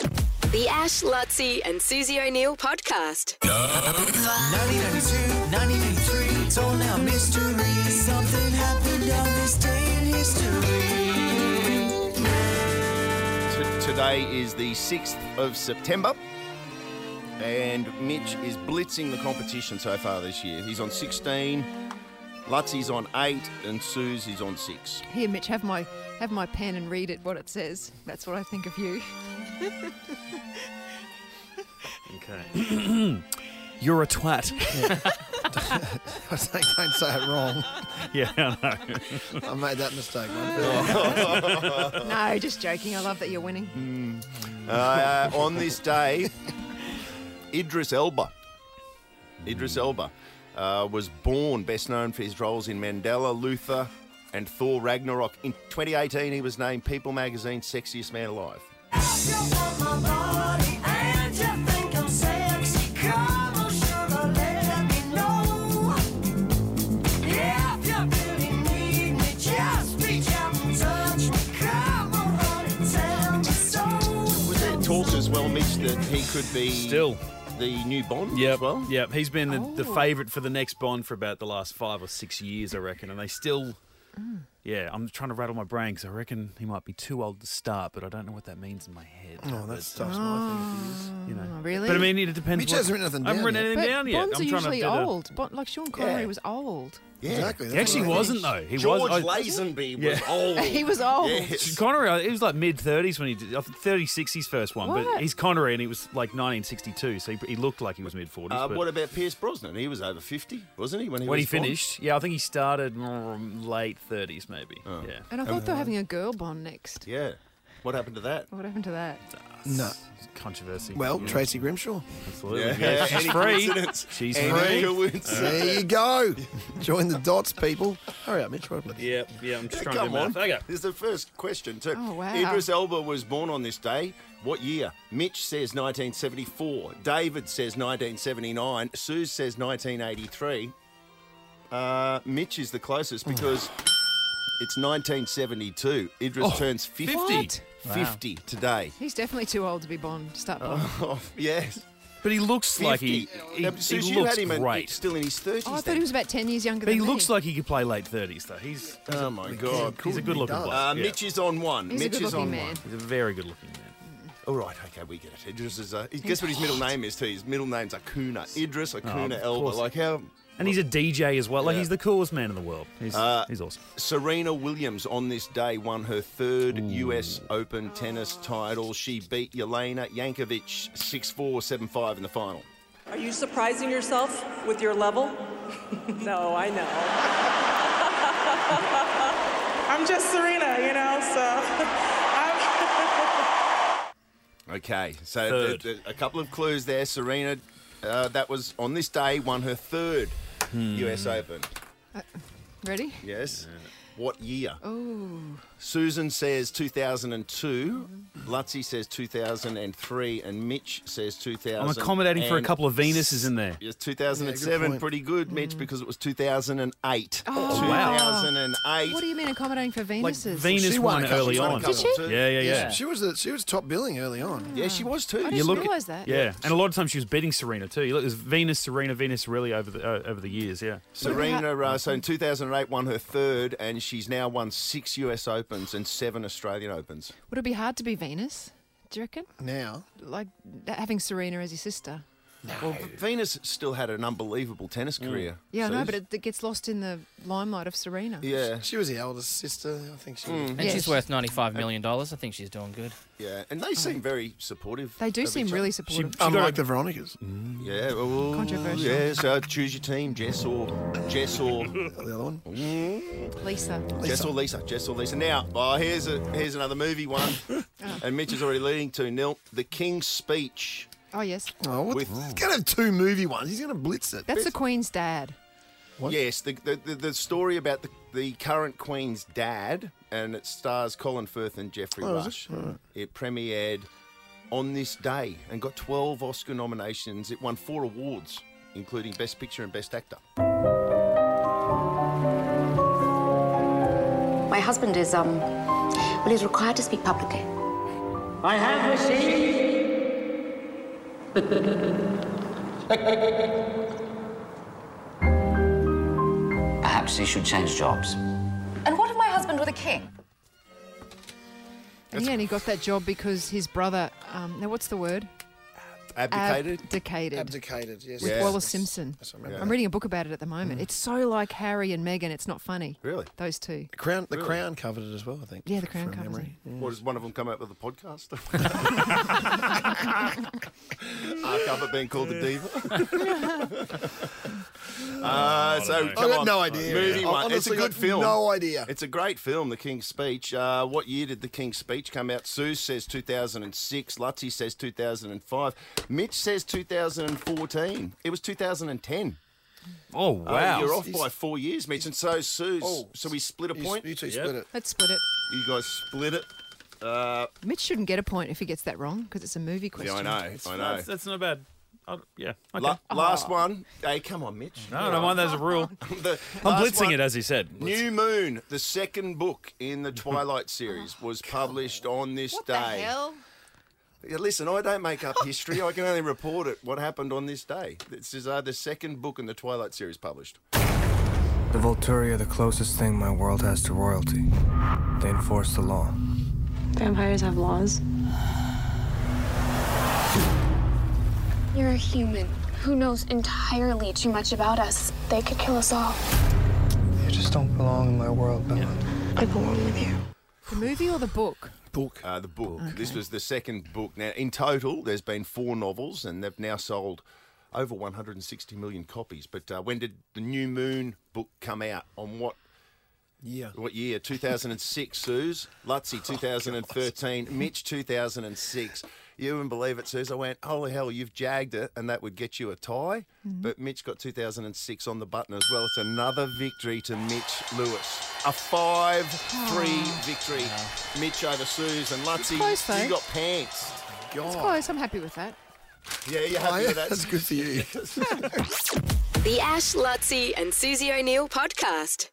The Ash, Lutzi, and Susie O'Neill podcast. 1992, 1983, it's all now mystery. Something happened on this day in history. T- Today is the 6th of September, and Mitch is blitzing the competition so far this year. He's on 16, Lutzi's on 8, and Suze is on 6. Here, Mitch, have my have my pen and read it what it says. That's what I think of you. Okay. You're a twat. I was saying, don't say it wrong. yeah. I made that mistake. Oh, Oh. No, just joking. I love that you're winning. Mm. Uh, on this day, Idris Elba. Idris Elba uh, was born, best known for his roles in Mandela, Luther, and Thor Ragnarok. In 2018, he was named People Magazine's Sexiest Man Alive. Was there talk as well, Mitch, that he could be Still. the new Bond Yep. as well? Yep. He's been the, the oh. favourite for the next Bond for about the last five or six years, I reckon. And they still. Mm. Yeah, I'm trying to rattle my brain because I reckon he might be too old to start, but I don't know what that means in my head. Oh, that But, stuff's my thing. you know. really? But I mean, it depends. Mitch hasn't written nothing I haven't down written yet. anything But down yet. Bonds I'm are trying usually to do the- old. Bon- like Sean Connery Yeah. was old. Yeah. Exactly. He actually wasn't though. He George was. I- Lazenby was Yeah. old. He was old. Yes. Connery, I- he was like mid 30s when he did, I think 36 his first one, What? but he's Connery and he was like 1962, so he, he looked like he was mid 40s. Uh, but what about Pierce Brosnan? He was over 50, wasn't he? When he, when he was Bond? finished, yeah, I think he started mm, late 30s maybe. Yeah. And I Uh, thought they were having a girl Bond next. Yeah. What happened to that? What happened to that? No. Controversy. Well, Yeah, Tracy Grimshaw. absolutely. Yeah, Any she's free. coincidence? She's Any free. coincidence? There you go. Join the dots, people. Hurry up, Mitch. What happened? Yeah, yeah, I'm just trying to Come do on. math. Okay. This is the first question, too. Oh, wow. Idris Elba was born on this day. What year? Mitch says 1974. David says 1979. Sue says 1983. Uh, Mitch is the closest because it's 1972. Idris Oh, turns 50. What? 50 today. He's definitely too old to be Bond. to Start Bond. Oh, yes. But he looks like he, 50. he, Um, he Suze, you looks had him in- great. still in his 30s. oh, I thought then. he was about ten years younger but than he me. looks like he could play late 30s though. He's Oh, my God. he's a good looking does. bloke. Uh, yeah. Mitch is on one. He's a Mitch is good-looking on man. one. He's a very good looking man. All right, okay, we get it. Idris is a. Guess what his middle name is too? His middle name's Akuna. Idris Akuna Oh, of Elba. course. Like how And he's a DJ as well. Like Yeah. he's the coolest man in the world. He's, Uh, he's awesome. Serena Williams on this day won her third U.S. Open tennis title. She beat Yelena Yankovic 6-4, 7-5 in the final. Are you surprising yourself with your level? no, I know. I'm just Serena, you know, so I'm Okay, so Third. the- the- a couple of clues there. Serena, uh, that was on this day, won her third Hmm. U.S. Open. ready. Yes. What year? Oh. Susan says 2002. Mm-hmm. Lutzi says 2003, and Mitch says 2000. I'm accommodating for a couple of Venuses in there. Yes, Yeah, 2007, good point. pretty good, Mitch, because it was 2008. Mm-hmm. Oh, wow. 2008. What do you mean accommodating for Like Venuses? Venus She won won a couple. early She won a on. couple Did she? too. Yeah, yeah, yeah. She was the, she was top billing early on. yeah, she was too. I didn't realise Uh, that. Yeah, and a lot of times she was beating Serena too. You look, there's Venus, Serena, Venus, really over the uh, over the years. Yeah, Serena, uh, so in 2008, won her third, and she's now won six US Opens and seven Australian Opens. Would it be hard to be Venus? Do you reckon? Now, Like having Serena as your sister. Well, Venus still had an unbelievable tennis Mm. career. Yeah, I know, Suze. but it, it gets lost in the limelight of Serena. Yeah. she was the eldest sister. I think she. And Yeah, she's she- worth ninety-five million dollars. I think she's doing good. Yeah, and they seem very supportive. They do of seem each really other. supportive. Unlike the Veronicas, the Yeah, well, Controversial. Yeah, so choose your team, Jess or Jess or other one. Lisa. Jess or Lisa, Jess or Lisa. Now, oh, here's a here's another movie one, and Mitch is already leading to nil. The King's Speech. Oh yes, Oh, what? With- He's gonna have two movie ones. He's gonna blitz it. that's the Queen's dad. Yes, the the, the, the story about the, the current Queen's dad, and it stars Colin Firth and Jeffrey Oh, is it? Rush. All right. It premiered on this day and got 12 Oscar nominations. It won four awards, including Best Picture and Best Actor. My husband is, um, well, he's required to speak publicly. I have received Perhaps he should change jobs. And what if my husband were the king? And he only got that job because his brother, um, now what's the word? Abdicated? Abdicated. Abdicated, yes. With Yes. Wallace Simpson. Yes, I remember I'm that. reading a book about it at the moment. It's so like Harry and Meghan, it's not funny. Really? Those two. The Crown, the Really? Crown covered it as well, I think. Yeah, the Crown from covers memory. Or does one of them come out with a podcast? I cover being called the diva. uh, so I've come got on. no idea. Movie I one. It's a honestly good got film. no idea. It's a great film, The King's Speech. Uh, what year did The King's Speech come out? Sue says 2006. Lutzi says 2005. Mitch says 2014. It was 2010. Oh Uh, you're off by four years, Mitch, and so Sue's. Oh. so we split a You- point. you two split it. Let's split it. You guys split it. Uh, Mitch shouldn't get a point if he gets that wrong because it's a movie question. yeah, I know. I know. That's, that's not bad. I, yeah. Okay. La- last one. Hey, come on, Mitch. No, no, mind that as a rule. The I'm last blitzing one- it as he said. New Moon, the second book in the Twilight series, was published on this day. Yeah, Listen, I don't make up history. I can only report it. What happened on this day? This is uh, the second book in the Twilight series published. The Volturi are the closest thing my world has to royalty. They enforce the law. Vampires have laws. You're a human who knows entirely too much about us. They could kill us all. You just don't belong in my world, Bella. I belong with you. The movie or the book? Book. Uh, the book. This was the second book. Now, in total, there's been four novels, and they've now sold over 160 million copies. But uh, when did the New Moon book come out? On what Yeah. What year? 2006, Suze. Oh, Lutzi, 2013. Mitch, 2006. You wouldn't believe it, Suze. I went, holy hell, you've jagged it, and that would get you a tie. Mm-hmm. But Mitch got 2006 on the button as well. It's another victory to Mitch Lewis. A 5 Aw. 3 victory. Mitch over Suze and Lutzi. Oh. close, though. you got pants. It's Oh. close. I'm happy with that. Yeah, you're Oh, happy with that? That's good for you. The Ash, Lutzi, and Susie O'Neill podcast.